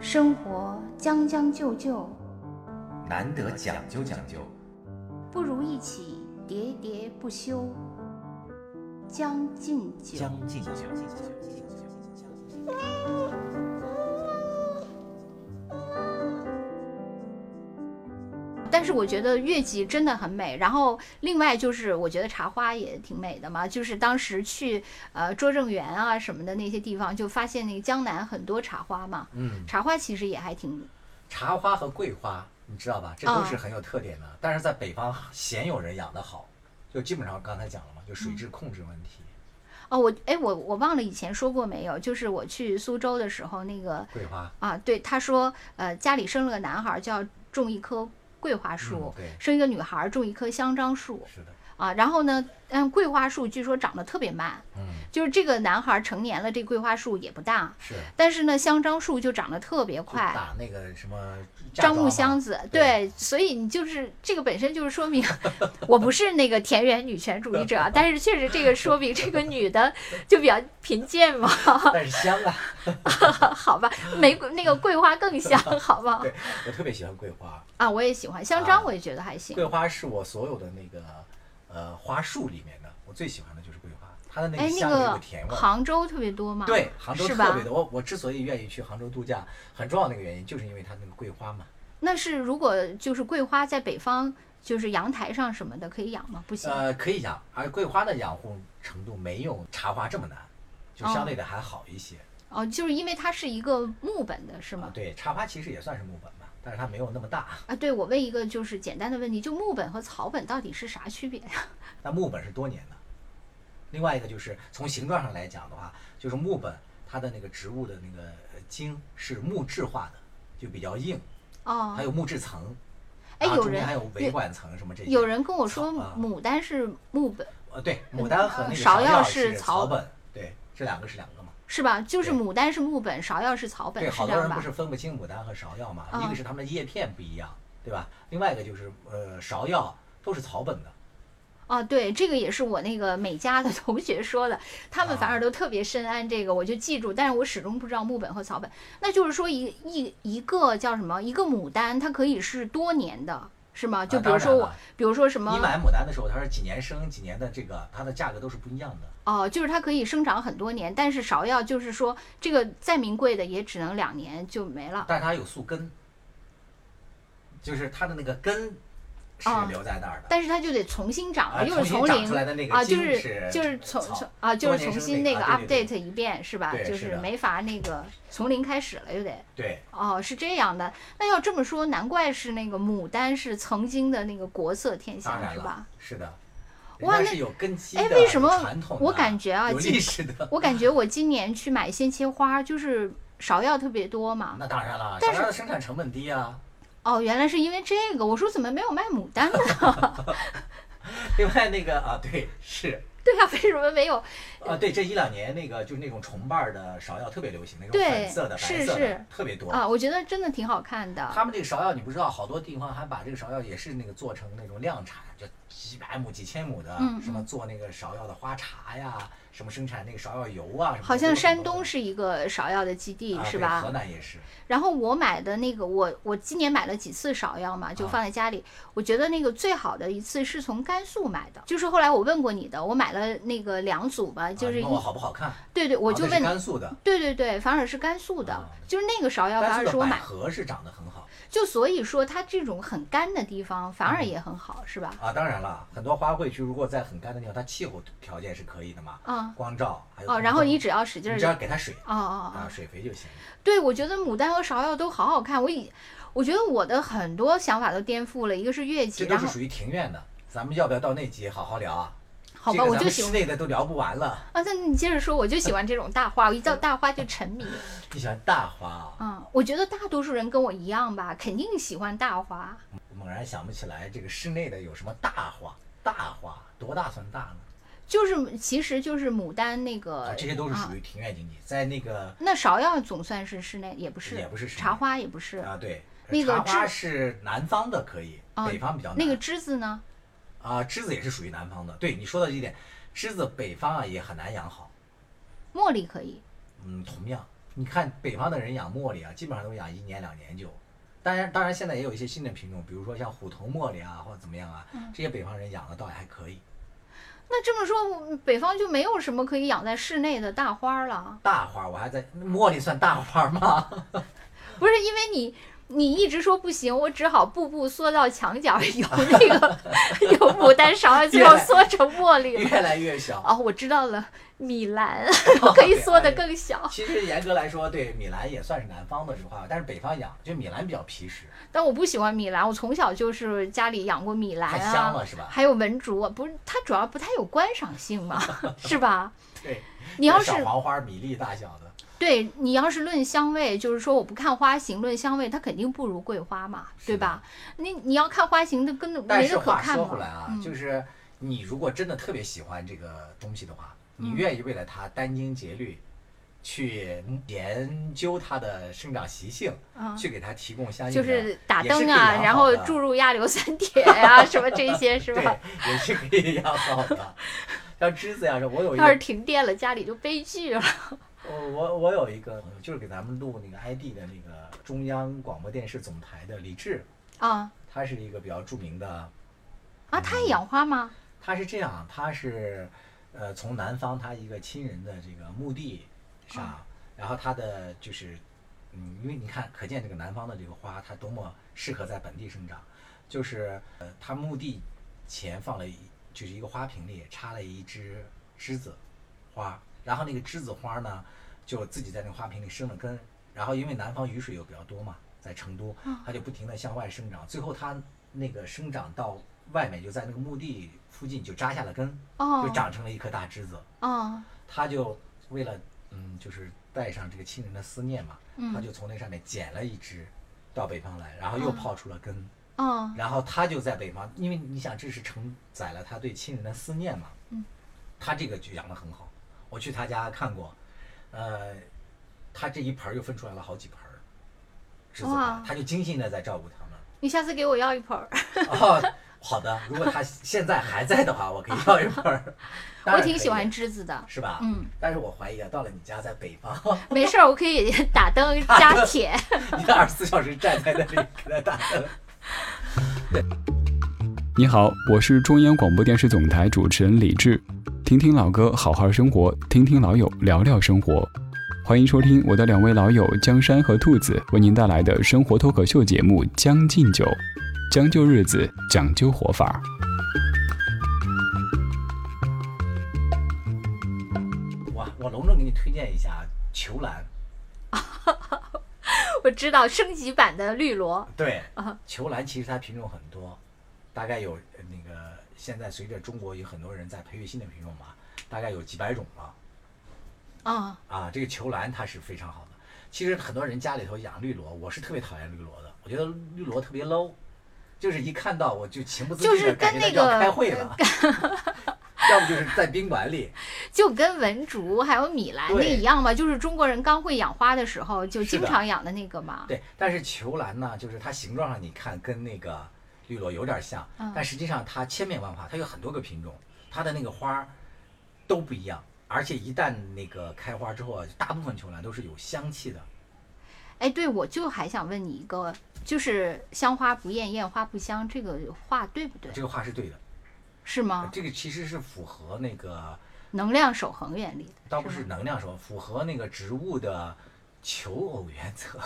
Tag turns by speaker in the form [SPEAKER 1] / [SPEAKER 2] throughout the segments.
[SPEAKER 1] 生活将将就就，
[SPEAKER 2] 难得讲究讲究，
[SPEAKER 1] 不如一起喋喋不休。将进酒，
[SPEAKER 2] 将进酒。
[SPEAKER 3] 但是我觉得月季真的很美。然后另外就是，我觉得茶花也挺美的嘛。就是当时去呃拙政园啊什么的那些地方，就发现那个江南很多茶花嘛。
[SPEAKER 4] 嗯，
[SPEAKER 3] 茶花其实也还挺
[SPEAKER 4] 茶花和桂花，你知道吧？这都
[SPEAKER 3] 啊
[SPEAKER 4] 是很有特点的，但是在北方鲜有人养得好，就基本上刚才讲了嘛，就水质控制问题，
[SPEAKER 3] 哦，我哎我我忘了以前说过没有，就是我去苏州的时候那个
[SPEAKER 4] 桂花。
[SPEAKER 3] 啊，对他说呃家里生了个男孩儿，就要种一棵桂花树
[SPEAKER 4] 嗯，对
[SPEAKER 3] 生一个女孩儿种一棵香樟树
[SPEAKER 4] 是的，
[SPEAKER 3] 啊。然后呢，嗯，桂花树据说长得特别慢，
[SPEAKER 4] 嗯，
[SPEAKER 3] 就是这个男孩儿成年了，这桂花树也不大，
[SPEAKER 4] 是。
[SPEAKER 3] 但是呢，香樟树就长得特别
[SPEAKER 4] 就
[SPEAKER 3] 快。
[SPEAKER 4] 打那个什么嫁
[SPEAKER 3] 樟
[SPEAKER 4] 妆
[SPEAKER 3] 木
[SPEAKER 4] 嘛
[SPEAKER 3] 箱子，
[SPEAKER 4] 对
[SPEAKER 3] 对，所以你就是这个本身就是说明， 我不是那个田园女权主义者，啊但是确实这个说明这个女的就比较贫贱嘛，
[SPEAKER 4] 但是香 啊！
[SPEAKER 3] 好吧，玫瑰那个桂花更香，好不好？
[SPEAKER 4] 对，我特别喜欢桂花，
[SPEAKER 3] 啊，我也喜欢香樟，我也觉得还行。
[SPEAKER 4] 桂花是我所有的那个呃花束里面的，我最喜欢的就是桂花，它的那
[SPEAKER 3] 哎
[SPEAKER 4] 个，
[SPEAKER 3] 那
[SPEAKER 4] 香有
[SPEAKER 3] 个
[SPEAKER 4] 个甜味儿。
[SPEAKER 3] 杭州特别多嘛，
[SPEAKER 4] 对，杭州
[SPEAKER 3] 是
[SPEAKER 4] 特
[SPEAKER 3] 吧
[SPEAKER 4] 别？多。我我之所以愿意去杭州度假，很重要的一个原因就是因为它那个桂花嘛。
[SPEAKER 3] 那是如果就是桂花在北方，就是阳台上什么的可以养吗？不行。
[SPEAKER 4] 呃，可以养，而桂花的养护程度没有茶花这么难，就相对的还好一些。
[SPEAKER 3] 哦，就是因为它是一个木本的，是
[SPEAKER 4] 啊
[SPEAKER 3] 吗？
[SPEAKER 4] 对，茶花其实也算是木本吧，但是它没有那么大。
[SPEAKER 3] 啊，对，我问一个就是简单的问题，就木本和草本到底是啥区别呀？
[SPEAKER 4] 那木本是多年的。另外一个就是从形状上来讲的话，就是木本它的那个植物的那个呃茎是木质化的，就比较硬，还
[SPEAKER 3] 哦，
[SPEAKER 4] 有木质层，
[SPEAKER 3] 哎
[SPEAKER 4] 然后
[SPEAKER 3] 有
[SPEAKER 4] 中间
[SPEAKER 3] 人
[SPEAKER 4] 还有维管层什么这些。
[SPEAKER 3] 有人跟我说
[SPEAKER 4] 草啊
[SPEAKER 3] 牡丹是木本，
[SPEAKER 4] 呃对，牡丹和那个
[SPEAKER 3] 芍药
[SPEAKER 4] 药
[SPEAKER 3] 是
[SPEAKER 4] 草
[SPEAKER 3] 草
[SPEAKER 4] 本，对，这两个是两个嘛。
[SPEAKER 3] 是吧？就是
[SPEAKER 4] 对
[SPEAKER 3] 牡丹是木本，芍药是草本，
[SPEAKER 4] 对，
[SPEAKER 3] 是
[SPEAKER 4] 好
[SPEAKER 3] 这样
[SPEAKER 4] 多人不
[SPEAKER 3] 吧
[SPEAKER 4] 是？分不清牡丹和芍药嘛，
[SPEAKER 3] 嗯
[SPEAKER 4] 一个是它们的叶片不一样，对吧？另外一个就是呃芍药都是草本的，
[SPEAKER 3] 哦，对，这个也是我那个美加的 同学说的，他们反
[SPEAKER 4] 啊
[SPEAKER 3] 而都特别深谙这个，我就记住，但是我始终不知道木本和草本。那就是说一一一个叫什么，一个牡丹，它可以是多年的，是吗？就
[SPEAKER 4] 啊
[SPEAKER 3] 比如
[SPEAKER 4] 当
[SPEAKER 3] 说
[SPEAKER 4] 然
[SPEAKER 3] 我，
[SPEAKER 4] 了
[SPEAKER 3] 比如说什
[SPEAKER 4] 你
[SPEAKER 3] 么，
[SPEAKER 4] 买牡丹的时候，它是几年生几年的这个，它的价格都是不一样的。
[SPEAKER 3] 哦、就是它可以生长很多年，但是芍药就是说这个再名贵的也只能两年就没了。
[SPEAKER 4] 但是它有宿根，就是它的那个根是
[SPEAKER 3] 啊
[SPEAKER 4] 留在那儿的。
[SPEAKER 3] 但是它就得重新长
[SPEAKER 4] 啊
[SPEAKER 3] 了，又是
[SPEAKER 4] 重新长
[SPEAKER 3] 零
[SPEAKER 4] 出来的那个
[SPEAKER 3] 啊，就
[SPEAKER 4] 茎是
[SPEAKER 3] 是就是从
[SPEAKER 4] 草
[SPEAKER 3] 从啊，就
[SPEAKER 4] 多
[SPEAKER 3] 是
[SPEAKER 4] 年
[SPEAKER 3] 重
[SPEAKER 4] 生
[SPEAKER 3] 新
[SPEAKER 4] 那
[SPEAKER 3] 那
[SPEAKER 4] 个
[SPEAKER 3] 个
[SPEAKER 4] 啊对对
[SPEAKER 3] update 一遍是吧
[SPEAKER 4] 对？
[SPEAKER 3] 就是是
[SPEAKER 4] 的
[SPEAKER 3] 没法那个从零开始了，又得。
[SPEAKER 4] 对，
[SPEAKER 3] 哦，是这样的。那要这么说，难怪是那个牡丹是曾经的那个国色天
[SPEAKER 4] 当
[SPEAKER 3] 香，
[SPEAKER 4] 然
[SPEAKER 3] 是
[SPEAKER 4] 了
[SPEAKER 3] 吧？，
[SPEAKER 4] 是的。
[SPEAKER 3] 哇
[SPEAKER 4] 人家
[SPEAKER 3] 那
[SPEAKER 4] 是有根基的，
[SPEAKER 3] 哎为什么
[SPEAKER 4] 有传统的
[SPEAKER 3] 我感觉啊
[SPEAKER 4] 有
[SPEAKER 3] 今
[SPEAKER 4] 历史的。
[SPEAKER 3] 我感觉我今年去买鲜切花，就是芍药特别多嘛。
[SPEAKER 4] 那当然了，
[SPEAKER 3] 啊但
[SPEAKER 4] 小
[SPEAKER 3] 是
[SPEAKER 4] 的生产成本低啊。
[SPEAKER 3] 哦，原来是因为这个。我说怎么没有卖牡丹呢？
[SPEAKER 4] 另外那个啊，对，是
[SPEAKER 3] 对啊，为什么没有？
[SPEAKER 4] 啊，对，这一两年那个就是那种重瓣儿的芍药特别流行，那种
[SPEAKER 3] 对
[SPEAKER 4] 粉色的、白
[SPEAKER 3] 是
[SPEAKER 4] 色的
[SPEAKER 3] 是
[SPEAKER 4] 特别多。
[SPEAKER 3] 啊，我觉得真的挺好看的。
[SPEAKER 4] 他们这个芍药你不知道，好多地方还把这个芍药也是那个做成那种量产，就几百亩、几千亩的，
[SPEAKER 3] 嗯
[SPEAKER 4] 什么做那个芍药的花茶呀，什么生产那个芍药油啊，什么
[SPEAKER 3] 好像山东
[SPEAKER 4] 是
[SPEAKER 3] 是一个芍药的基地，
[SPEAKER 4] 啊、
[SPEAKER 3] 是
[SPEAKER 4] 对
[SPEAKER 3] 吧？
[SPEAKER 4] 河南也是，
[SPEAKER 3] 然后我买的那个，我我今年买了几次芍药嘛，
[SPEAKER 4] 啊
[SPEAKER 3] 就放在家里。我觉得那个最好的一次是从甘肃买的，就是后来我问过你的，我买了那个两组吧，就
[SPEAKER 4] 啊
[SPEAKER 3] 是
[SPEAKER 4] 你
[SPEAKER 3] 一、
[SPEAKER 4] 问我好不好看？
[SPEAKER 3] 对对，我
[SPEAKER 4] 啊
[SPEAKER 3] 就
[SPEAKER 4] 那是
[SPEAKER 3] 问，
[SPEAKER 4] 甘肃的，
[SPEAKER 3] 对对对，反而是甘肃的，
[SPEAKER 4] 啊
[SPEAKER 3] 就是那个芍药，反
[SPEAKER 4] 甘
[SPEAKER 3] 而
[SPEAKER 4] 肃
[SPEAKER 3] 是
[SPEAKER 4] 的啊
[SPEAKER 3] 我
[SPEAKER 4] 百
[SPEAKER 3] 买，
[SPEAKER 4] 合是长得很好
[SPEAKER 3] 就所以说它这种很干的地方反
[SPEAKER 4] 嗯
[SPEAKER 3] 而也很好，是吧？
[SPEAKER 4] 啊。当然了，很多花卉区如果在很干的地方，它气候条件是可以的嘛，
[SPEAKER 3] 啊、
[SPEAKER 4] 光照还有
[SPEAKER 3] 哦，
[SPEAKER 4] 通
[SPEAKER 3] 然后
[SPEAKER 4] 风
[SPEAKER 3] 你只要使劲
[SPEAKER 4] 你
[SPEAKER 3] 儿
[SPEAKER 4] 只，要给它水
[SPEAKER 3] 哦哦
[SPEAKER 4] 啊，
[SPEAKER 3] 哦，
[SPEAKER 4] 水肥就行。
[SPEAKER 3] 对，我觉得牡丹和芍药都好好看，我以。我觉得我的很多想法都颠覆了，一个是月季，
[SPEAKER 4] 这都
[SPEAKER 3] 然
[SPEAKER 4] 是
[SPEAKER 3] 后
[SPEAKER 4] 属于庭院的，咱们要不要到那集好好聊啊？
[SPEAKER 3] 好
[SPEAKER 4] 这
[SPEAKER 3] 吧，
[SPEAKER 4] 个
[SPEAKER 3] 我
[SPEAKER 4] 咱
[SPEAKER 3] 就
[SPEAKER 4] 们
[SPEAKER 3] 喜欢
[SPEAKER 4] 室内的都聊不完了。
[SPEAKER 3] 啊，那你接着说，我就喜欢这种大花， 我一叫大花就沉迷。
[SPEAKER 4] 你喜欢大花啊？
[SPEAKER 3] 嗯，我觉得大多数人跟我一样吧，肯定喜欢大花。
[SPEAKER 4] 我猛然想不起来这个室内的有什么大花，大花多大算大呢？
[SPEAKER 3] 就是，其实就是牡丹那
[SPEAKER 4] 啊
[SPEAKER 3] 个，，
[SPEAKER 4] 这些都是属
[SPEAKER 3] 啊、
[SPEAKER 4] 于庭院经济，在那个
[SPEAKER 3] 那芍药总算是室内，也不是，
[SPEAKER 4] 也不是室内
[SPEAKER 3] 茶花也不是。
[SPEAKER 4] 啊对，
[SPEAKER 3] 那个
[SPEAKER 4] 茶花
[SPEAKER 3] 栀
[SPEAKER 4] 是南方的可以，
[SPEAKER 3] 啊
[SPEAKER 4] 北方比较难。
[SPEAKER 3] 那个栀子呢？
[SPEAKER 4] 啊，栀子也是属于南方的。对你说的这一点，栀子北方啊也很难养好。
[SPEAKER 3] 茉莉可以。
[SPEAKER 4] 嗯，同样，你看北方的人养茉莉啊，基本上都养一年两年就。当然，当然现在也有一些新的品种，比如说像虎头茉莉啊，或者怎么样啊，
[SPEAKER 3] 嗯
[SPEAKER 4] 这些北方人养的倒也还可以。
[SPEAKER 3] 那这么说，北方就没有什么可以养在室内的大花儿了？啊
[SPEAKER 4] 大花儿我还在，茉莉算大花儿吗？
[SPEAKER 3] 不是因为你你一直说不行，我只好步步缩到墙角， 有那个有牡丹勺，最 后缩成茉莉了。
[SPEAKER 4] 越来 越小。哎
[SPEAKER 3] 哦，我知道了，米兰哦
[SPEAKER 4] 哦
[SPEAKER 3] 可以缩得更小，
[SPEAKER 4] 其实严格来说，对米兰也算是南方的这个花，但是北方养就米兰比较皮实，
[SPEAKER 3] 但我不喜欢米兰，我从小就是家里养过米兰
[SPEAKER 4] 太香
[SPEAKER 3] 啊。
[SPEAKER 4] 了是吧？
[SPEAKER 3] 还有文竹啊，不是它主要不太有观赏性 嘛，是吧？
[SPEAKER 4] 对，
[SPEAKER 3] 你要是
[SPEAKER 4] 小黄花米粒大小的，
[SPEAKER 3] 对你要是论香味，就是说我不看花型，论香味，它肯定不如桂花嘛，
[SPEAKER 4] 是的
[SPEAKER 3] 对吧？你你要看花型的，根本
[SPEAKER 4] 但
[SPEAKER 3] 没
[SPEAKER 4] 是
[SPEAKER 3] 得可
[SPEAKER 4] 话
[SPEAKER 3] 看
[SPEAKER 4] 说
[SPEAKER 3] 嘛
[SPEAKER 4] 回来。啊，
[SPEAKER 3] 嗯
[SPEAKER 4] 就是你如果真的特别喜欢这个东西的话，
[SPEAKER 3] 嗯
[SPEAKER 4] 你愿意为了它殚精竭虑，去研究它的生长习性，
[SPEAKER 3] 嗯
[SPEAKER 4] 去给它提供相应
[SPEAKER 3] 就
[SPEAKER 4] 的，
[SPEAKER 3] 是打
[SPEAKER 4] 也
[SPEAKER 3] 灯
[SPEAKER 4] 可以
[SPEAKER 3] 啊，
[SPEAKER 4] 养
[SPEAKER 3] 然
[SPEAKER 4] 好
[SPEAKER 3] 后
[SPEAKER 4] 的
[SPEAKER 3] 注入亚硫酸铁呀、 什么这些是
[SPEAKER 4] 对
[SPEAKER 3] 吧？，
[SPEAKER 4] 也是可以养好 的。像栀子呀，我有一
[SPEAKER 3] 要是
[SPEAKER 4] 个，
[SPEAKER 3] 停电了，家里就悲剧了。
[SPEAKER 4] 我我我有一个朋友，就是给咱们录那个 ID 的那个中央广播电视总台的李志，
[SPEAKER 3] 啊
[SPEAKER 4] 他是一个比较著名的，
[SPEAKER 3] 啊，
[SPEAKER 4] 嗯
[SPEAKER 3] 他也养花吗？
[SPEAKER 4] 他是这样，啊他是呃从南方他一个亲人的这个墓地上，然后他的就是嗯，因为你看，可见这个南方的这个花，它多么适合在本地生长，就是呃，他墓地前放了一就是一个花瓶里插了一只栀子花，然后那个栀子花呢，就自己在那个花瓶里生了根，然后因为南方雨水又比较多嘛，在成都，
[SPEAKER 3] 嗯
[SPEAKER 4] 它就不停的向外生长，最后它那个生长到外面，就在那个墓地附近就扎下了根，就
[SPEAKER 3] 哦
[SPEAKER 4] 长成了一棵大栀子。
[SPEAKER 3] 哦，
[SPEAKER 4] 他就为了嗯，就是带上这个亲人的思念嘛，
[SPEAKER 3] 嗯
[SPEAKER 4] 他就从那上面捡了一只到北方来，然后又泡出了根，
[SPEAKER 3] 哦
[SPEAKER 4] 然后他就在北方，因为你想这是承载了他对亲人的思念嘛，
[SPEAKER 3] 嗯，
[SPEAKER 4] 他这个就养得很好，我去他家看过，呃，他这一盆儿又分出来了好几盆儿栀子花
[SPEAKER 3] 哇，
[SPEAKER 4] 他就精心的在照顾他们。
[SPEAKER 3] 你下次给我要一盆儿，
[SPEAKER 4] 哦，好的，如果他现在还在的话，我可以要一盆儿，当
[SPEAKER 3] 我
[SPEAKER 4] 然
[SPEAKER 3] 挺
[SPEAKER 4] 可
[SPEAKER 3] 喜
[SPEAKER 4] 以啊
[SPEAKER 3] 欢栀子的。
[SPEAKER 4] 是吧？
[SPEAKER 3] 嗯，
[SPEAKER 4] 但是我怀疑啊，到了你家在北方，
[SPEAKER 3] 没事儿，我可以 打灯加铁。
[SPEAKER 4] 你得二十四小时站在那里给他打灯。
[SPEAKER 5] 你好，我是中央广播电视总台主持人李志，听听老歌，好好生活，听听老友，聊聊生活。欢迎收听我的两位老友江山和兔子为您带来的生活脱口秀节目《将进酒》，将就日子，讲究活法。
[SPEAKER 4] 我我隆重给你推荐一下球兰，
[SPEAKER 3] 我知道升级版的绿萝，
[SPEAKER 4] 对
[SPEAKER 3] 啊，
[SPEAKER 4] 球兰其实它品种很多，大概有呃那个现在随着中国有很多人在培育新的品种嘛，大概有几百种了
[SPEAKER 3] 啊
[SPEAKER 4] 啊。这个球兰它是非常好的。其实很多人家里头养绿萝，我是特别讨厌绿萝的，我觉得绿萝特别 low，就是一看到我就情不自
[SPEAKER 3] 就
[SPEAKER 4] 禁
[SPEAKER 3] 是
[SPEAKER 4] 的感
[SPEAKER 3] 跟
[SPEAKER 4] 觉
[SPEAKER 3] 那
[SPEAKER 4] 到
[SPEAKER 3] 个
[SPEAKER 4] 要开会 了，要不就是在宾馆里，
[SPEAKER 3] 就跟文竹还有米兰那
[SPEAKER 4] 对
[SPEAKER 3] 一样嘛，就是中国人刚会养花的时候就是经
[SPEAKER 4] 的
[SPEAKER 3] 常养的那个嘛。
[SPEAKER 4] 对，但是球兰呢，就是它形状上你看跟那个绿萝有点像，
[SPEAKER 3] 嗯
[SPEAKER 4] 但实际上它千变万化，它有很多个品种，它的那个花儿都不一样，而且一旦那个开花之后啊，大部分球兰都是有香气的。
[SPEAKER 3] 哎，对，我就还想问你一个，就是香花不艳，艳花不香，这个话对不对？
[SPEAKER 4] 这个话是对的，
[SPEAKER 3] 是吗？
[SPEAKER 4] 这个其实是符合那个，
[SPEAKER 3] 能量守恒原理 的，
[SPEAKER 4] 倒不
[SPEAKER 3] 是
[SPEAKER 4] 是
[SPEAKER 3] 吗
[SPEAKER 4] 能量说，符合那个植物的求偶原则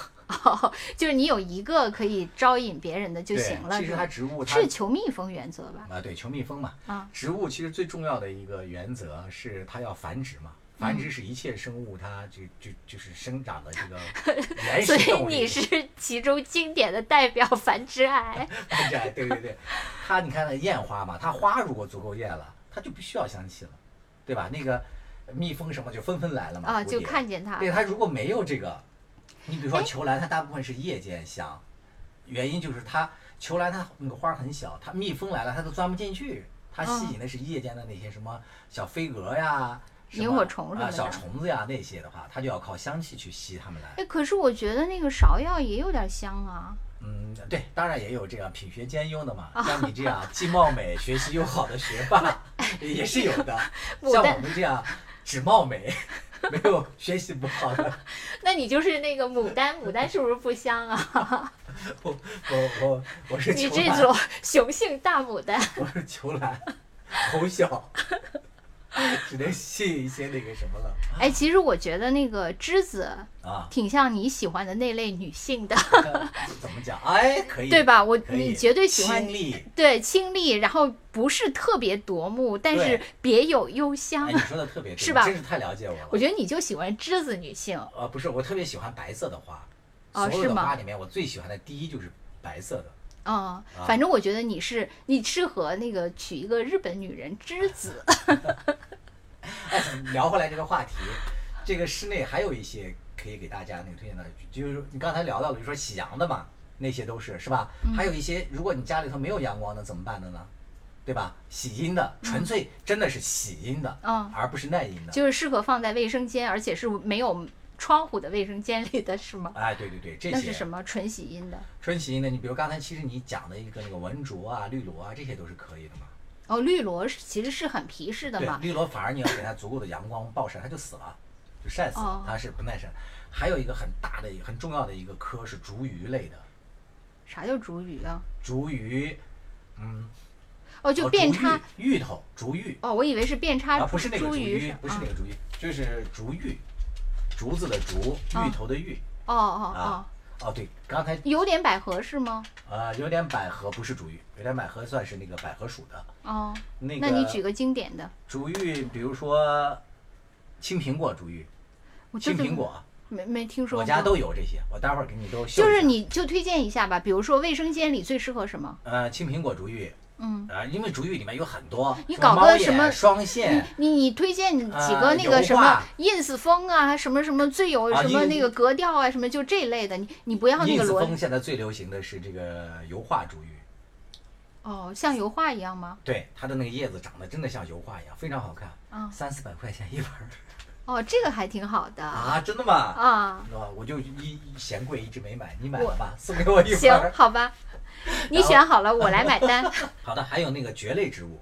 [SPEAKER 3] 就是你有一个可以招引别人的就
[SPEAKER 4] 对
[SPEAKER 3] 行了。
[SPEAKER 4] 其实
[SPEAKER 3] 是
[SPEAKER 4] 它
[SPEAKER 3] 吧
[SPEAKER 4] 植物它
[SPEAKER 3] 是求蜜蜂原则 吧？
[SPEAKER 4] 啊，对，求蜜蜂嘛。
[SPEAKER 3] 啊
[SPEAKER 4] 植物其实最重要的一个原则是它要繁殖嘛，繁
[SPEAKER 3] 嗯
[SPEAKER 4] 殖是一切生物它就就就是生长的这个 原
[SPEAKER 3] 所
[SPEAKER 4] 始
[SPEAKER 3] 以
[SPEAKER 4] 哎动力。
[SPEAKER 3] 你是其中经典的代表繁殖 癌。
[SPEAKER 4] 繁殖癌 对对对，它你看那艳花嘛，它花如果足够艳了，它就不需要香气了，对吧？那个蜜蜂什么就纷纷来了嘛，
[SPEAKER 3] 啊，
[SPEAKER 4] 蝴
[SPEAKER 3] 就
[SPEAKER 4] 蝶
[SPEAKER 3] 看见它
[SPEAKER 4] 对它如果没有这个，你比如说
[SPEAKER 3] 哎
[SPEAKER 4] 球兰，它大部分是夜间香，原因就是它球兰它那个花儿很小，它蜜蜂来了它都钻不进去，它吸
[SPEAKER 3] 哦
[SPEAKER 4] 引的是夜间的那些什么小飞蛾呀、什么
[SPEAKER 3] 萤火虫什么
[SPEAKER 4] 啊、
[SPEAKER 3] 的
[SPEAKER 4] 小虫子呀那些的话，它就要靠香气去吸它们来。
[SPEAKER 3] 哎，可是我觉得那个芍药也有点香啊。
[SPEAKER 4] 嗯，对，当然也有这样品学兼优的嘛，
[SPEAKER 3] 哦
[SPEAKER 4] 像你这样既貌美、学习又好的学霸也是有的，
[SPEAKER 3] 牡
[SPEAKER 4] 像
[SPEAKER 3] 丹
[SPEAKER 4] 我们这样只貌美 没有学习不好的，
[SPEAKER 3] 那你就是那个牡丹，牡丹是不是不香啊？
[SPEAKER 4] 我我我我是
[SPEAKER 3] 你
[SPEAKER 4] 球
[SPEAKER 3] 这
[SPEAKER 4] 懒，
[SPEAKER 3] 种雄性大牡丹，
[SPEAKER 4] 我是球懒，头小， 只能吸引一些那个什么了
[SPEAKER 3] 哎，其实我觉得那个栀子
[SPEAKER 4] 啊？
[SPEAKER 3] 挺像你喜欢的那类女性的，
[SPEAKER 4] 怎么讲？哎，可以，
[SPEAKER 3] 对？吧？我
[SPEAKER 4] 可以
[SPEAKER 3] 你绝对喜欢
[SPEAKER 4] 亲历。
[SPEAKER 3] 对清丽，然后不是特别夺目，但是
[SPEAKER 4] 对
[SPEAKER 3] 别有幽香
[SPEAKER 4] 哎，。你说的特别对，
[SPEAKER 3] 是吧
[SPEAKER 4] 你真是太了解我 了。
[SPEAKER 3] 我觉得你就喜欢栀子女性，
[SPEAKER 4] 呃，不是，我特别喜欢白色的花，
[SPEAKER 3] 哦
[SPEAKER 4] 所
[SPEAKER 3] 是
[SPEAKER 4] 有的
[SPEAKER 3] 吗
[SPEAKER 4] 花里面，我最喜欢的第一就是白色的。
[SPEAKER 3] 嗯，
[SPEAKER 4] 啊
[SPEAKER 3] 反正我觉得你是你适合那个娶一个日本女人栀子，
[SPEAKER 4] 聊回来这个话题，这个室内还有一些可以给大家那个推荐的，就是你刚才聊到了，就说喜阳的嘛，那些都是是吧？
[SPEAKER 3] 嗯
[SPEAKER 4] 还有一些，如果你家里头没有阳光的怎么办的呢？对吧？喜阴的，纯粹真的是喜阴的，
[SPEAKER 3] 嗯
[SPEAKER 4] 而不是耐阴的。
[SPEAKER 3] 就是适合放在卫生间，而且是没有窗户的卫生间里的是吗？
[SPEAKER 4] 哎，对对对，这
[SPEAKER 3] 那
[SPEAKER 4] 些
[SPEAKER 3] 是什么纯洗阴的？
[SPEAKER 4] 春喜阴的，你比如刚才其实你讲的一个那个文竹啊、绿萝啊，这些都是可以的嘛。
[SPEAKER 3] 哦，绿萝是其实是很皮实的
[SPEAKER 4] 对
[SPEAKER 3] 嘛，，
[SPEAKER 4] 绿萝反而你要给它足够的阳光暴晒，它就死了，就晒死
[SPEAKER 3] 哦
[SPEAKER 4] 了，它是不耐晒。还有一个很大的、很重要的一个科是竹鱼类的，
[SPEAKER 3] 啥叫竹鱼啊？
[SPEAKER 4] 竹鱼，嗯，
[SPEAKER 3] 哦，就
[SPEAKER 4] 哦
[SPEAKER 3] 变
[SPEAKER 4] 竹
[SPEAKER 3] 叉。
[SPEAKER 4] 芋芋头，竹芋
[SPEAKER 3] 哦，我以为是变叉
[SPEAKER 4] 啊，
[SPEAKER 3] 茱
[SPEAKER 4] 不是那个
[SPEAKER 3] 茱
[SPEAKER 4] 竹
[SPEAKER 3] 萸
[SPEAKER 4] 芋
[SPEAKER 3] 是，
[SPEAKER 4] 不是
[SPEAKER 3] 啊
[SPEAKER 4] 那个竹芋，就是竹芋，竹子的竹，
[SPEAKER 3] 啊
[SPEAKER 4] 芋头的芋
[SPEAKER 3] 哦哦哦
[SPEAKER 4] 啊，。哦，对，刚才
[SPEAKER 3] 有点百合是吗？
[SPEAKER 4] 呃有点百合不是竹芋，有点百合算是那个百合属的
[SPEAKER 3] 哦，
[SPEAKER 4] 那
[SPEAKER 3] 那你举
[SPEAKER 4] 个
[SPEAKER 3] 个经典的，
[SPEAKER 4] 竹芋，比如说青苹果竹芋，
[SPEAKER 3] 我就
[SPEAKER 4] 青
[SPEAKER 3] 是
[SPEAKER 4] 苹果，
[SPEAKER 3] 没没听说过。
[SPEAKER 4] 我家都有这些，我待会儿给你都秀一下。
[SPEAKER 3] 就是你就推荐一下吧，比如说卫生间里最适合什么？
[SPEAKER 4] 呃，青苹果竹芋
[SPEAKER 3] 嗯，
[SPEAKER 4] 啊、因为竹芋里面有很多，
[SPEAKER 3] 你
[SPEAKER 4] 什么
[SPEAKER 3] 搞个
[SPEAKER 4] 猫眼
[SPEAKER 3] 什么
[SPEAKER 4] 双线
[SPEAKER 3] 你你推荐几个
[SPEAKER 4] 呃
[SPEAKER 3] 那个
[SPEAKER 4] 油
[SPEAKER 3] 什么
[SPEAKER 4] 画
[SPEAKER 3] ins 风啊，什么什么最有
[SPEAKER 4] 啊
[SPEAKER 3] 什么
[SPEAKER 4] 因
[SPEAKER 3] 那个格调啊，什么就这一类的，你你不要那个
[SPEAKER 4] ins
[SPEAKER 3] 罗
[SPEAKER 4] 风现在最流行的是这个油画竹芋，
[SPEAKER 3] 哦，像油画一样吗？
[SPEAKER 4] 对，它的那个叶子长得真的像油画一样，非常好看，
[SPEAKER 3] 啊
[SPEAKER 4] 三四百块钱一盆儿
[SPEAKER 3] 哦，这个还挺好的
[SPEAKER 4] 啊，真的吗？
[SPEAKER 3] 啊，
[SPEAKER 4] 啊，我就一一嫌贵，一直没买，你买
[SPEAKER 3] 我
[SPEAKER 4] 了吧，送给我一盆
[SPEAKER 3] 行
[SPEAKER 4] 儿。
[SPEAKER 3] 好吧， 你选好了，我来买单。
[SPEAKER 4] 好的，还有那个蕨类植物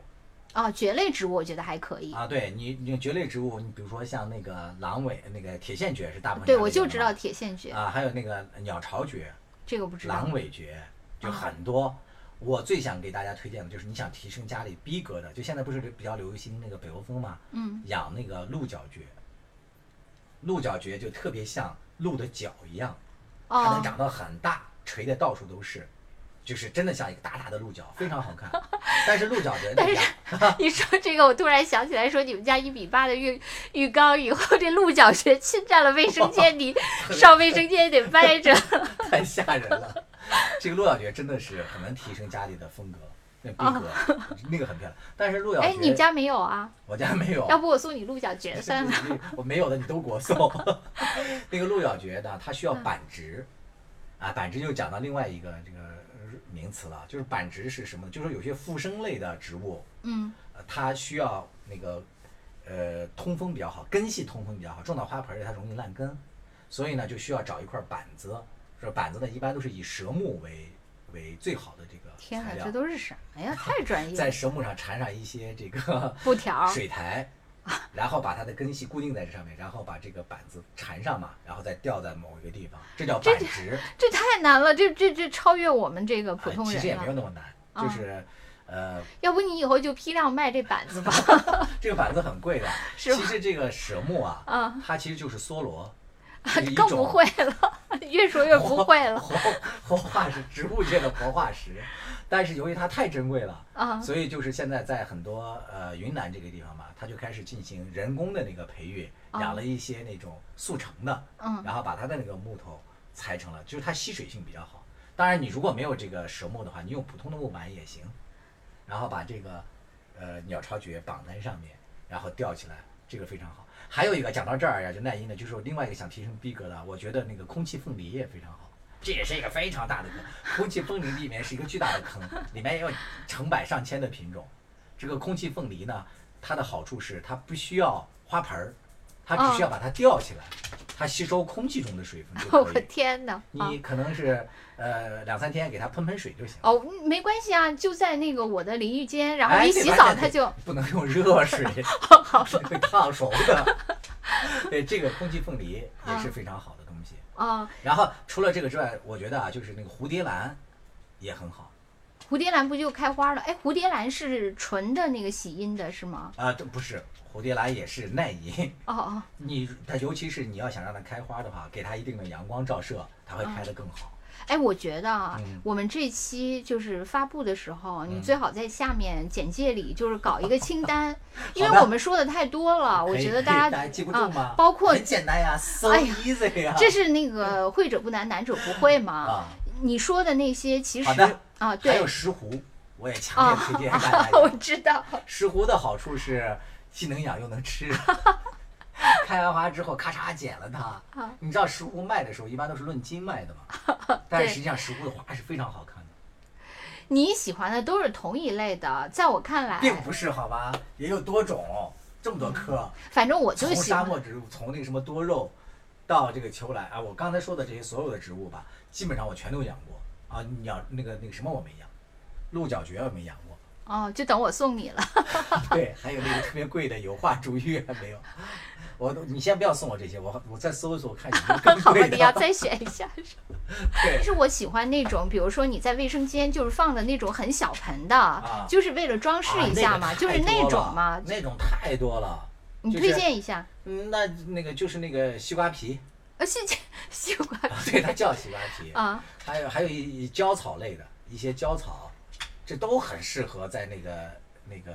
[SPEAKER 3] 哦，蕨类植物我觉得还可以，
[SPEAKER 4] 啊，对你，你蕨类植物，你比如说像那个狼尾，那个铁线蕨是大部分
[SPEAKER 3] 对
[SPEAKER 4] 家里
[SPEAKER 3] 我
[SPEAKER 4] 有
[SPEAKER 3] 就
[SPEAKER 4] 的
[SPEAKER 3] 知道
[SPEAKER 4] 嘛
[SPEAKER 3] 铁线蕨，
[SPEAKER 4] 啊，还有那个鸟巢蕨，
[SPEAKER 3] 这个不知道啊
[SPEAKER 4] 狼。尾蕨，就很多。我最想给大家推荐的就是你想提升家里逼格的，就现在不是比较流行那个北欧风嘛，
[SPEAKER 3] 嗯，
[SPEAKER 4] 养那个鹿角蕨。鹿角蕨就特别像鹿的角一样，它
[SPEAKER 3] 哦
[SPEAKER 4] 能，长到很大，垂的到处都是，就是真的像一个大大的鹿角，非常 好看。但是鹿角蕨那
[SPEAKER 3] 但是
[SPEAKER 4] 样，
[SPEAKER 3] 哦一说这个，我突然想起来，说你们家一米八的浴浴缸以后，这鹿角蕨侵占了卫生 间，你上卫生间也得掰着。
[SPEAKER 4] 太吓人了。 这个鹿角蕨真的是很能提升家里的风格，那逼格，那个很漂亮。但是鹿角蕨，
[SPEAKER 3] 哦
[SPEAKER 4] 哦
[SPEAKER 3] 哎，你们家没有啊？
[SPEAKER 4] 我家没有，
[SPEAKER 3] 要不我送你鹿角蕨 算了。
[SPEAKER 4] 你我没有的你都给我送。 那个鹿角蕨呢，它需要
[SPEAKER 3] 嗯
[SPEAKER 4] 板植，啊，板植就讲到另外一个这个呃名词了，就是板植是什么呢？就是有些附生类的植物，
[SPEAKER 3] 嗯，
[SPEAKER 4] 呃它需要那个呃通风比较好，根系通风比较好，种到花盆里它容易烂根，所以呢就需要找一块板子。这板子呢一般都是以蛇木为为最好的这个
[SPEAKER 3] 天哪
[SPEAKER 4] 材，
[SPEAKER 3] 这
[SPEAKER 4] 料，
[SPEAKER 3] 都是啥 呀？太专业
[SPEAKER 4] 在
[SPEAKER 3] 了。
[SPEAKER 4] 蛇木上缠上一些这个
[SPEAKER 3] 布条儿
[SPEAKER 4] 水苔，然后把它的根系固定在这上面，然后把这个板子缠上嘛，然后再吊在某一个地方，这叫板植。
[SPEAKER 3] 这太难了，这这这超越我们这个普
[SPEAKER 4] 啊
[SPEAKER 3] 通
[SPEAKER 4] 其实也
[SPEAKER 3] 人
[SPEAKER 4] 没有
[SPEAKER 3] 了。啊
[SPEAKER 4] 那么难，就是， 呃，
[SPEAKER 3] 要不你以后就批量卖这 板子吧？
[SPEAKER 4] 这个板子很贵的。
[SPEAKER 3] 是吗
[SPEAKER 4] 其实这个蛇木啊，
[SPEAKER 3] 啊
[SPEAKER 4] 它其实就是 梭罗，这是一
[SPEAKER 3] 更
[SPEAKER 4] 种
[SPEAKER 3] 不会了， 越说越不会了
[SPEAKER 4] 活活化石，植物界的活化石。但是由于它太珍贵了。
[SPEAKER 3] 啊！
[SPEAKER 4] 所以就是现在在很多呃云南这个地方嘛，它就开始进行人工的那个培育，
[SPEAKER 3] 哦
[SPEAKER 4] 养了一些那种速成的，
[SPEAKER 3] 嗯
[SPEAKER 4] 然后把它的那个木头裁成了，就是它吸水性比较好。当然，你如果没有这个蛇木的话，你用普通的木板也行，然后把这个呃鸟巢蕨绑在上面，然后吊起来，这个非常好。还有一个讲到这儿啊呀，就耐阴的，就是我另外一个想提升逼格的，啊我觉得那个空气凤梨也非常好。这也是一个非常大的坑，空气凤梨里面是一个巨大的坑，里面也有成百上千的品种。这个空气凤梨呢，它的好处是它不需要花盆儿，它只需要把它吊起来，它吸收空气中的水分就
[SPEAKER 3] 我
[SPEAKER 4] 可以。
[SPEAKER 3] 天哪！啊
[SPEAKER 4] 你可能是呃两三天给它喷喷水就行。
[SPEAKER 3] 哦，没关系啊，就在那个我的淋浴间，然后
[SPEAKER 4] 哎
[SPEAKER 3] 一
[SPEAKER 4] 对
[SPEAKER 3] 洗
[SPEAKER 4] 吧
[SPEAKER 3] 澡
[SPEAKER 4] 对
[SPEAKER 3] 它就
[SPEAKER 4] 不能用热水，会烫手的。 对，这个空气凤梨也
[SPEAKER 3] 啊
[SPEAKER 4] 是非常好的东西。
[SPEAKER 3] 哦，
[SPEAKER 4] 然后除了这个之外，我觉得啊，就是那个蝴蝶兰也很好
[SPEAKER 3] 蝴蝶兰不就开花了？哎，蝴蝶兰是纯的那个喜阴的是吗？
[SPEAKER 4] 啊，这不是蝴蝶兰也是耐阴，
[SPEAKER 3] 哦哦，
[SPEAKER 4] 你它尤其是你要想让它开花的话，给它一定的阳光照射，它会开得更好。
[SPEAKER 3] 哎，我觉得啊，
[SPEAKER 4] 嗯
[SPEAKER 3] 我们这期就是发布的时候，你
[SPEAKER 4] 嗯
[SPEAKER 3] 最好在下面简介里就是搞一个清 单，因
[SPEAKER 4] 好
[SPEAKER 3] 为
[SPEAKER 4] 的
[SPEAKER 3] 我们说的太多了，啊我
[SPEAKER 4] 可以
[SPEAKER 3] 觉得
[SPEAKER 4] 可以
[SPEAKER 3] 大
[SPEAKER 4] 大家
[SPEAKER 3] 家
[SPEAKER 4] 记不住
[SPEAKER 3] 啊
[SPEAKER 4] 吗，
[SPEAKER 3] 包括
[SPEAKER 4] 很简单呀，so
[SPEAKER 3] 哎呀
[SPEAKER 4] easy 呀。
[SPEAKER 3] 这是那个会者不难，难者不会嘛。
[SPEAKER 4] 啊，
[SPEAKER 3] 你说的那些其实
[SPEAKER 4] 好的
[SPEAKER 3] 啊，
[SPEAKER 4] 还
[SPEAKER 3] 对哦
[SPEAKER 4] 有，石斛，我也强烈推荐大家
[SPEAKER 3] 我
[SPEAKER 4] 用。
[SPEAKER 3] 知道。
[SPEAKER 4] 石斛的好处是既能养又能吃。 开完花之后，咔嚓剪了它
[SPEAKER 3] 啊。
[SPEAKER 4] 你知道石斛卖的时候一般都是论斤卖的嘛， 但是实际上石斛的花是非常好看的。
[SPEAKER 3] 你喜欢的都是同一类的，在我看来，
[SPEAKER 4] 并不是好吧，也有多种，这么多科，
[SPEAKER 3] 反正嗯我就
[SPEAKER 4] 从
[SPEAKER 3] 喜
[SPEAKER 4] 沙
[SPEAKER 3] 欢
[SPEAKER 4] 漠植物，从那个什么多肉，到这个球来啊，我刚才说的这些所有的植物吧，基本上我全都养过啊，鸟那个那个什么我没养，鹿角蕨我没养过，
[SPEAKER 3] 哦，就等我送你了。
[SPEAKER 4] 对，还有那个特别贵的油画竹芋还没有，我都你先不要送我这些，我我再搜一搜，我看有没有更
[SPEAKER 3] 好吧，
[SPEAKER 4] 贵
[SPEAKER 3] 你要
[SPEAKER 4] 的，
[SPEAKER 3] 再选一下。
[SPEAKER 4] 对
[SPEAKER 3] 但。是我喜欢那种，比如说你在卫生间就是放的那种很小盆的，
[SPEAKER 4] 啊
[SPEAKER 3] 就是为了装饰一下嘛，
[SPEAKER 4] 啊那个
[SPEAKER 3] 就是
[SPEAKER 4] 太
[SPEAKER 3] 那
[SPEAKER 4] 多
[SPEAKER 3] 种
[SPEAKER 4] 了
[SPEAKER 3] 嘛。
[SPEAKER 4] 那种太多了。
[SPEAKER 3] 你
[SPEAKER 4] 就是
[SPEAKER 3] 推荐一下，
[SPEAKER 4] 嗯，那那个就是那个西瓜皮，
[SPEAKER 3] 呃，谢谢西瓜
[SPEAKER 4] 对，它叫西瓜皮。
[SPEAKER 3] 啊，
[SPEAKER 4] 还有还有一一胶草类的一些胶草，这都很适合在那个那个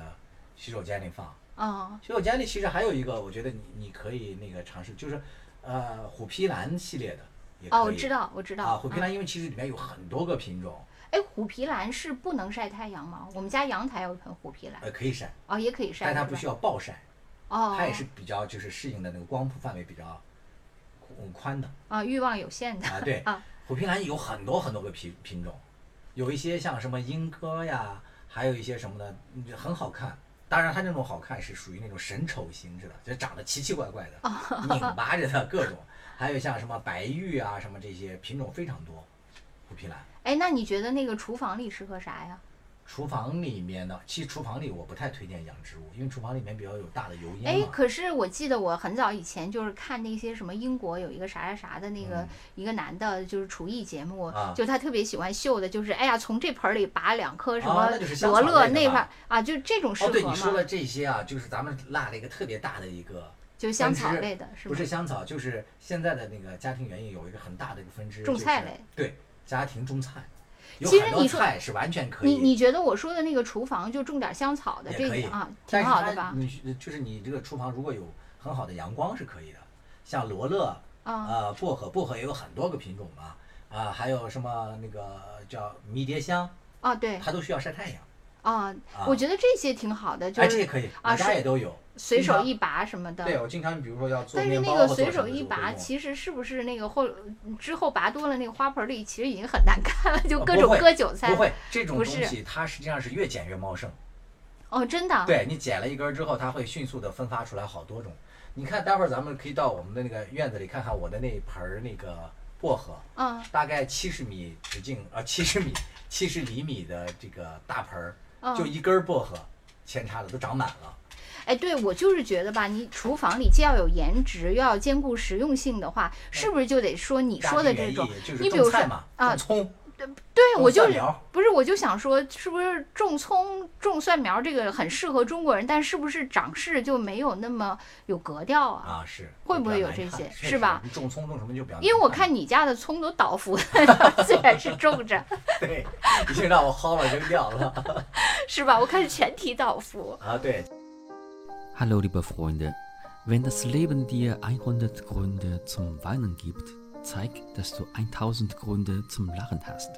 [SPEAKER 4] 洗手间里放。
[SPEAKER 3] 哦，
[SPEAKER 4] 洗手间里其实还有一个，我觉得你你可以那个尝试，就是呃虎皮兰系列的也可以。
[SPEAKER 3] 哦，我知道，我知道。
[SPEAKER 4] 啊，虎
[SPEAKER 3] 嗯
[SPEAKER 4] 皮兰因为其实里面有很多个品种，
[SPEAKER 3] 哎、虎皮兰是不能晒太阳吗？我们家阳台有一盆虎皮兰，
[SPEAKER 4] 呃，可以晒，
[SPEAKER 3] 哦，也可以晒，
[SPEAKER 4] 但它
[SPEAKER 3] 是
[SPEAKER 4] 不
[SPEAKER 3] 吧
[SPEAKER 4] 需要暴晒，
[SPEAKER 3] 哦，
[SPEAKER 4] 它也是比较就是适应的那个光谱范围比较嗯 宽的
[SPEAKER 3] 啊，欲望有限的
[SPEAKER 4] 啊。对，
[SPEAKER 3] 啊，
[SPEAKER 4] 虎皮兰有很多很多个品品种，有一些像什么莺歌呀，还有一些什么的，嗯很好看。当然，它这种好看是属于那种神丑型似的，就长得奇奇怪怪 的，拧巴着的各种。还有像什么白玉啊，什么这些品种非常多。虎皮兰，
[SPEAKER 3] 哎，那你觉得那个厨房里适合啥呀？
[SPEAKER 4] 厨房里面呢，其实厨房里我不太推荐养植物，因为厨房里面比较有大的油
[SPEAKER 3] 哎
[SPEAKER 4] 烟，嘛。
[SPEAKER 3] 可是我记得我很早以前就是看那些什么英国有一个啥啥啥的那个、
[SPEAKER 4] 嗯
[SPEAKER 3] 一个男的，就是厨艺节目，
[SPEAKER 4] 啊
[SPEAKER 3] 就他特别喜欢秀的，就是哎呀，从这盆儿里拔两颗什么
[SPEAKER 4] 啊那就是香
[SPEAKER 3] 罗
[SPEAKER 4] 草
[SPEAKER 3] 勒
[SPEAKER 4] 类
[SPEAKER 3] 那
[SPEAKER 4] 的吧
[SPEAKER 3] 块儿啊，就这种适
[SPEAKER 4] 哦，对，
[SPEAKER 3] 合
[SPEAKER 4] 你说
[SPEAKER 3] 吗？
[SPEAKER 4] 了这些啊，就是咱们落了一个特别大的一个
[SPEAKER 3] 就香草
[SPEAKER 4] 但是
[SPEAKER 3] 类的是
[SPEAKER 4] 不
[SPEAKER 3] 吗？
[SPEAKER 4] 是香草，就是现在的那个家庭园艺有一个很大的一个分支，
[SPEAKER 3] 种菜类
[SPEAKER 4] 就是、对，家庭种菜，有
[SPEAKER 3] 其实
[SPEAKER 4] 很多
[SPEAKER 3] 你说
[SPEAKER 4] 菜是完全可以。
[SPEAKER 3] 你你觉得我说的那个厨房就种点香草的
[SPEAKER 4] 也
[SPEAKER 3] 这
[SPEAKER 4] 可以
[SPEAKER 3] 个啊，挺
[SPEAKER 4] 但是
[SPEAKER 3] 好
[SPEAKER 4] 它嗯
[SPEAKER 3] 的吧？
[SPEAKER 4] 你就是你这个厨房如果有很好的阳光是可以的，像罗勒，
[SPEAKER 3] 啊
[SPEAKER 4] 呃，薄荷，薄荷也有很多个品种嘛，啊、还有什么那个叫迷迭香，
[SPEAKER 3] 啊对
[SPEAKER 4] 它都需要晒太阳。
[SPEAKER 3] 啊
[SPEAKER 4] 啊，
[SPEAKER 3] 我觉得这些挺好的，就
[SPEAKER 4] 哎，这也
[SPEAKER 3] 是
[SPEAKER 4] 可以，
[SPEAKER 3] 啊
[SPEAKER 4] 我家
[SPEAKER 3] 是
[SPEAKER 4] 也都有。
[SPEAKER 3] 随手
[SPEAKER 4] 经常
[SPEAKER 3] 一拔什么的。
[SPEAKER 4] 对，我经常比如说要做
[SPEAKER 3] 但是
[SPEAKER 4] 面包
[SPEAKER 3] 那
[SPEAKER 4] 或
[SPEAKER 3] 个
[SPEAKER 4] 做
[SPEAKER 3] 随
[SPEAKER 4] 什么
[SPEAKER 3] 手
[SPEAKER 4] 的
[SPEAKER 3] 一
[SPEAKER 4] 时候
[SPEAKER 3] 拔，
[SPEAKER 4] 会用
[SPEAKER 3] 其实是不是那个后之后拔多了那个花盆里，其实已经很难看了，就
[SPEAKER 4] 呃
[SPEAKER 3] 各
[SPEAKER 4] 不
[SPEAKER 3] 种
[SPEAKER 4] 会
[SPEAKER 3] 割韭菜
[SPEAKER 4] 不。会这种
[SPEAKER 3] 不
[SPEAKER 4] 东
[SPEAKER 3] 是
[SPEAKER 4] 西，它实际上是越剪越茂盛。
[SPEAKER 3] 哦，真的啊。
[SPEAKER 4] 对你剪了一根儿之后，它会迅速的分发出来好多种。你看，待会儿咱们可以到我们的那个院子里看看我的那一盆儿那个薄荷，
[SPEAKER 3] 嗯
[SPEAKER 4] 大概七十米直径啊，七、十米、七十厘米的这个大盆儿，就
[SPEAKER 3] 嗯。
[SPEAKER 4] 一根儿薄荷扦插的都长满了。
[SPEAKER 3] 哎，对我就是觉得吧，你厨房里既要有颜值，又要兼顾实用性的话，是不是就得说你
[SPEAKER 4] 家
[SPEAKER 3] 说的
[SPEAKER 4] 庭
[SPEAKER 3] 这
[SPEAKER 4] 园
[SPEAKER 3] 种
[SPEAKER 4] 艺？就
[SPEAKER 3] 你
[SPEAKER 4] 是
[SPEAKER 3] 比如
[SPEAKER 4] 种
[SPEAKER 3] 说
[SPEAKER 4] 菜嘛，
[SPEAKER 3] 啊
[SPEAKER 4] 种葱，
[SPEAKER 3] 对我
[SPEAKER 4] 种
[SPEAKER 3] 就
[SPEAKER 4] 蒜
[SPEAKER 3] 是
[SPEAKER 4] 苗儿
[SPEAKER 3] 不是我就想说，是不是种葱、种蒜苗这个很适合中国人，但是不是长势就没有那么有格调啊？
[SPEAKER 4] 啊，是
[SPEAKER 3] 会
[SPEAKER 4] 就
[SPEAKER 3] 不
[SPEAKER 4] 比
[SPEAKER 3] 会
[SPEAKER 4] 较
[SPEAKER 3] 有
[SPEAKER 4] 难
[SPEAKER 3] 这
[SPEAKER 4] 看
[SPEAKER 3] 些
[SPEAKER 4] 确
[SPEAKER 3] 是
[SPEAKER 4] 实
[SPEAKER 3] 吧
[SPEAKER 4] 你种葱种什么就比较
[SPEAKER 3] 因为
[SPEAKER 4] 难
[SPEAKER 3] 我看你家的葱都倒伏在那儿， 虽然是种着，
[SPEAKER 4] 对，已经让我薅了扔掉了
[SPEAKER 3] 是吧？我看是全体倒伏。
[SPEAKER 4] 啊，对，
[SPEAKER 6] Hallo liebe Freunde, wenn das Leben dir 100 Gründe zum Weinen gibt, zeig, dass du 1000 Gründe zum Lachen hast.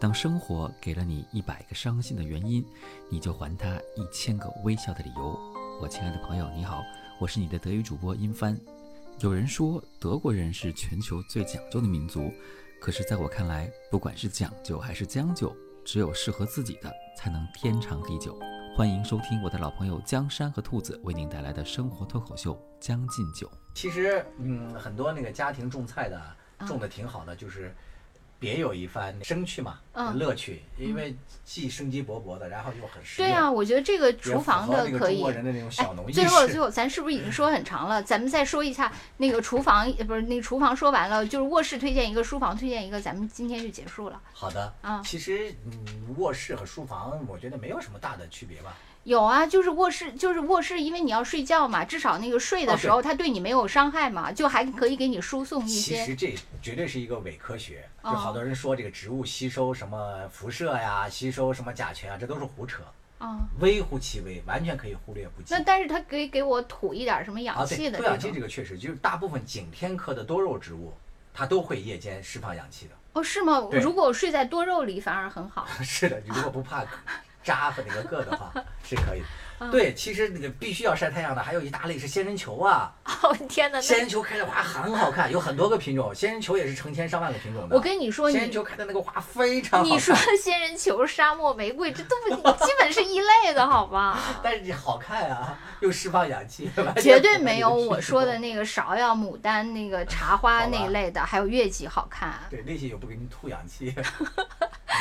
[SPEAKER 6] 当生活给了你一百个伤心的原因，你就还他一千个微笑的理由。我亲爱的朋友，你好，我是你的德语主播殷帆。有人说德国人是全球最讲究的民族，可是在我看来，不管是讲究还是将就，只有适合自己的才能天长地久。欢迎收听我的老朋友江山和兔子为您带来的生活脱口秀《将进酒》。
[SPEAKER 3] 嗯
[SPEAKER 4] 其实，嗯，很多那个家庭种菜的，种的挺好的，就是别有一番生趣嘛，
[SPEAKER 3] 嗯
[SPEAKER 4] 乐趣，因为既生机勃勃的，然后又很实
[SPEAKER 3] 对
[SPEAKER 4] 用，
[SPEAKER 3] 啊，我觉得这个
[SPEAKER 4] 也
[SPEAKER 3] 厨
[SPEAKER 4] 符
[SPEAKER 3] 房
[SPEAKER 4] 合
[SPEAKER 3] 的
[SPEAKER 4] 那个
[SPEAKER 3] 可
[SPEAKER 4] 中
[SPEAKER 3] 以哎
[SPEAKER 4] 国。人的那种小农意识。
[SPEAKER 3] 最后，最后，咱是不是已经说很长了？咱们再说一 下那个厨房，呃不是那个厨房说完了，就是卧室推荐一个，书房推荐一个，咱们今天就结束了。
[SPEAKER 4] 好的，
[SPEAKER 3] 啊
[SPEAKER 4] 其实嗯，卧室和书房，我觉得没有什么大的区别吧。
[SPEAKER 3] 有啊，就是卧室，就是卧室，因为你要睡觉嘛，至少那个睡的
[SPEAKER 4] 哦
[SPEAKER 3] 时候，它对你没有伤害嘛，就还可以给你输送一
[SPEAKER 4] 其
[SPEAKER 3] 些。
[SPEAKER 4] 实这绝对是一个伪科学，就
[SPEAKER 3] 哦
[SPEAKER 4] 好多人说这个植物吸收什么辐射呀，吸收什么甲醛啊，这都是胡扯，
[SPEAKER 3] 啊、
[SPEAKER 4] 微乎其微，完全可以忽略不计
[SPEAKER 3] 那。但是它可以给我吐一点什么
[SPEAKER 4] 啊，
[SPEAKER 3] 氧气
[SPEAKER 4] 对，
[SPEAKER 3] 的
[SPEAKER 4] 不氧
[SPEAKER 3] 这
[SPEAKER 4] 气
[SPEAKER 3] 种。
[SPEAKER 4] 这个确实就是大部分景天科的多肉植物，它都会夜间释放氧气的。
[SPEAKER 3] 哦，是吗？
[SPEAKER 4] 对
[SPEAKER 3] 如果我睡在多肉里反而很好。
[SPEAKER 4] 是的，你如果不怕扎和那个硌的话，是可以
[SPEAKER 3] 嗯
[SPEAKER 4] 的。对，其实那个必须要晒太阳的，还有一大类是仙人球啊，
[SPEAKER 3] 哦天哪，
[SPEAKER 4] 仙
[SPEAKER 3] 那
[SPEAKER 4] 人球开的花很好看，有很多个品种，仙人球也是成千上万个品种的。
[SPEAKER 3] 我跟你说，你
[SPEAKER 4] 仙人球开的那个花非常好看。
[SPEAKER 3] 你说 仙人球、沙漠玫瑰，这都不基本是一类的，好 吧？
[SPEAKER 4] 但是你好看啊，又释放氧气，完全
[SPEAKER 3] 绝
[SPEAKER 4] 符
[SPEAKER 3] 对
[SPEAKER 4] 合
[SPEAKER 3] 没
[SPEAKER 4] 你
[SPEAKER 3] 有
[SPEAKER 4] 需
[SPEAKER 3] 我
[SPEAKER 4] 求
[SPEAKER 3] 说的。那个芍药、牡丹、那个茶花
[SPEAKER 4] 好吧
[SPEAKER 3] 那一类的，还有月季好看。
[SPEAKER 4] 对，那些又不给你吐氧 气，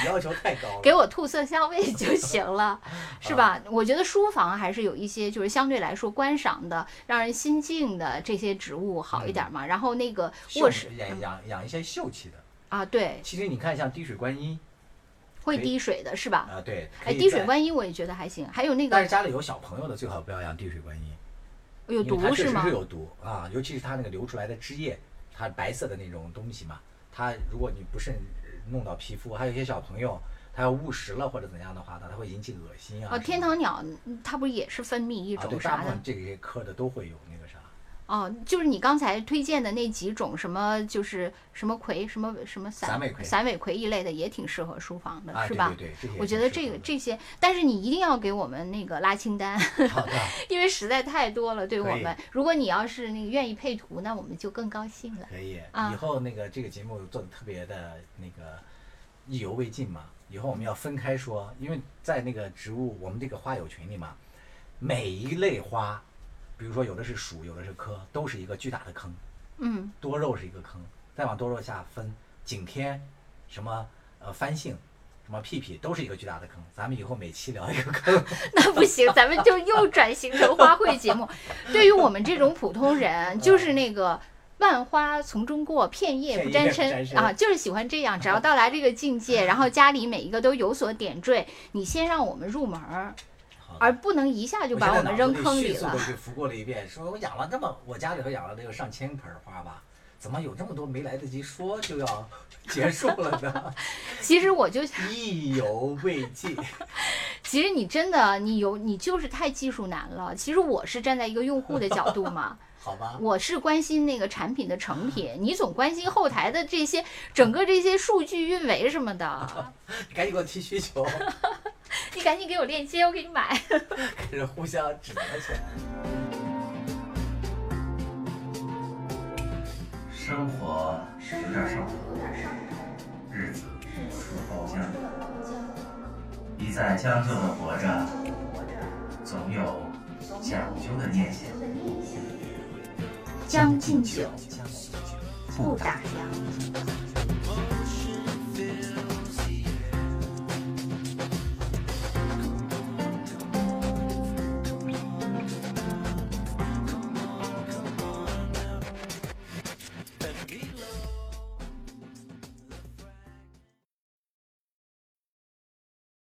[SPEAKER 4] 你要求太高了。
[SPEAKER 3] 给我吐色香味 就行 了，
[SPEAKER 4] 啊
[SPEAKER 3] 是吧？我觉得书房还是有一些就是相对来说观赏的、让人心静的这些植物好一
[SPEAKER 4] 嗯
[SPEAKER 3] 点嘛。然后那个
[SPEAKER 4] 秀
[SPEAKER 3] 卧室
[SPEAKER 4] 养养养一些秀气的。
[SPEAKER 3] 啊，对，
[SPEAKER 4] 其实你看，像滴水观音
[SPEAKER 3] 会
[SPEAKER 4] 可以
[SPEAKER 3] 滴水的是吧？
[SPEAKER 4] 啊，对，可
[SPEAKER 3] 哎，
[SPEAKER 4] 以
[SPEAKER 3] 滴水
[SPEAKER 4] 在。
[SPEAKER 3] 观音我也觉得还行，还有那
[SPEAKER 4] 但
[SPEAKER 3] 个
[SPEAKER 4] 是家里有小朋友的，最好不要养滴水观音，
[SPEAKER 3] 有
[SPEAKER 4] 因为它
[SPEAKER 3] 毒
[SPEAKER 4] 确
[SPEAKER 3] 是
[SPEAKER 4] 实
[SPEAKER 3] 吗
[SPEAKER 4] 是？有毒啊，尤其是它那个流出来的汁液，它白色的那种东西嘛，它如果你不慎呃弄到皮肤，还有一些小朋友他要误食了或者怎样的话呢，它会引起恶心啊什
[SPEAKER 3] 哦，
[SPEAKER 4] 么的。
[SPEAKER 3] 天堂鸟嗯它不是也是分泌一
[SPEAKER 4] 啊，对，
[SPEAKER 3] 种
[SPEAKER 4] 大
[SPEAKER 3] 啥
[SPEAKER 4] 部
[SPEAKER 3] 的
[SPEAKER 4] 分？这些科的都会有那个啥。
[SPEAKER 3] 哦，就是你刚才推荐的那几种什么，就是什么葵、什么什么
[SPEAKER 4] 散尾葵
[SPEAKER 3] 散尾葵一类的，也挺适合书房的，
[SPEAKER 4] 啊，
[SPEAKER 3] 是
[SPEAKER 4] 对
[SPEAKER 3] 吧？
[SPEAKER 4] 对对，这些
[SPEAKER 3] 我
[SPEAKER 4] 也
[SPEAKER 3] 觉
[SPEAKER 4] 挺
[SPEAKER 3] 得
[SPEAKER 4] 适
[SPEAKER 3] 这
[SPEAKER 4] 合
[SPEAKER 3] 个
[SPEAKER 4] 的
[SPEAKER 3] 这些，但是你一定要给我们那个拉清单，
[SPEAKER 4] 好的，
[SPEAKER 3] 因为实在太多了。对我
[SPEAKER 4] 可以
[SPEAKER 3] 们，如果你要是那个愿意配图，那我们就更高兴了。
[SPEAKER 4] 可以。
[SPEAKER 3] 啊
[SPEAKER 4] 以后那个这个节目做的特别的那个意犹未尽嘛，以后我们要分开说，因为在那个植物我们这个花友群里嘛，每一类花，比如说有的是属，有的是科，都是一个巨大的坑，
[SPEAKER 3] 嗯，
[SPEAKER 4] 多肉是一个坑，再往多肉下分，景天，什么呃番杏。什么屁屁都是一个巨大的坑，咱们以后每期聊一个坑，
[SPEAKER 3] 那不行，咱们就又转型成花卉节目。对于我们这种普通
[SPEAKER 4] 嗯
[SPEAKER 3] 人，就是那个。万花丛中过，片叶不
[SPEAKER 4] 片
[SPEAKER 3] 沾
[SPEAKER 4] 叶不沾
[SPEAKER 3] 身
[SPEAKER 4] 身
[SPEAKER 3] 啊，就是喜欢这样。只要到达这个境界，然后家里每一个都有所点缀，你先让我们入门儿，
[SPEAKER 4] 好的
[SPEAKER 3] 而不能一下就
[SPEAKER 4] 我
[SPEAKER 3] 把
[SPEAKER 4] 现
[SPEAKER 3] 我
[SPEAKER 4] 在
[SPEAKER 3] 们
[SPEAKER 4] 脑
[SPEAKER 3] 扔
[SPEAKER 4] 子
[SPEAKER 3] 坑里
[SPEAKER 4] 迅速
[SPEAKER 3] 了
[SPEAKER 4] 的。就拂过了一遍，说我养了这么，我家里头养了得有上千盆花吧，怎么有这么多没来得及说就要结束了呢？
[SPEAKER 3] 其实我就
[SPEAKER 4] 意犹未尽。
[SPEAKER 3] 其实你真的，你有你就是太技术难了。其实我是站在一个用户的角度 嘛，
[SPEAKER 4] 好吧，
[SPEAKER 3] 我是关心那个产品的成品，你总关心后台的这些整个这些数据运维什么 的。
[SPEAKER 4] 你赶紧给我提需求，
[SPEAKER 3] 你赶紧给我链接，我给你买。
[SPEAKER 4] 开始互相指责起来。
[SPEAKER 2] 生活有点上头，日子不够呛，你在将就的活着，总有讲究的念想。
[SPEAKER 1] 将进酒，
[SPEAKER 2] 不
[SPEAKER 1] 不打烊。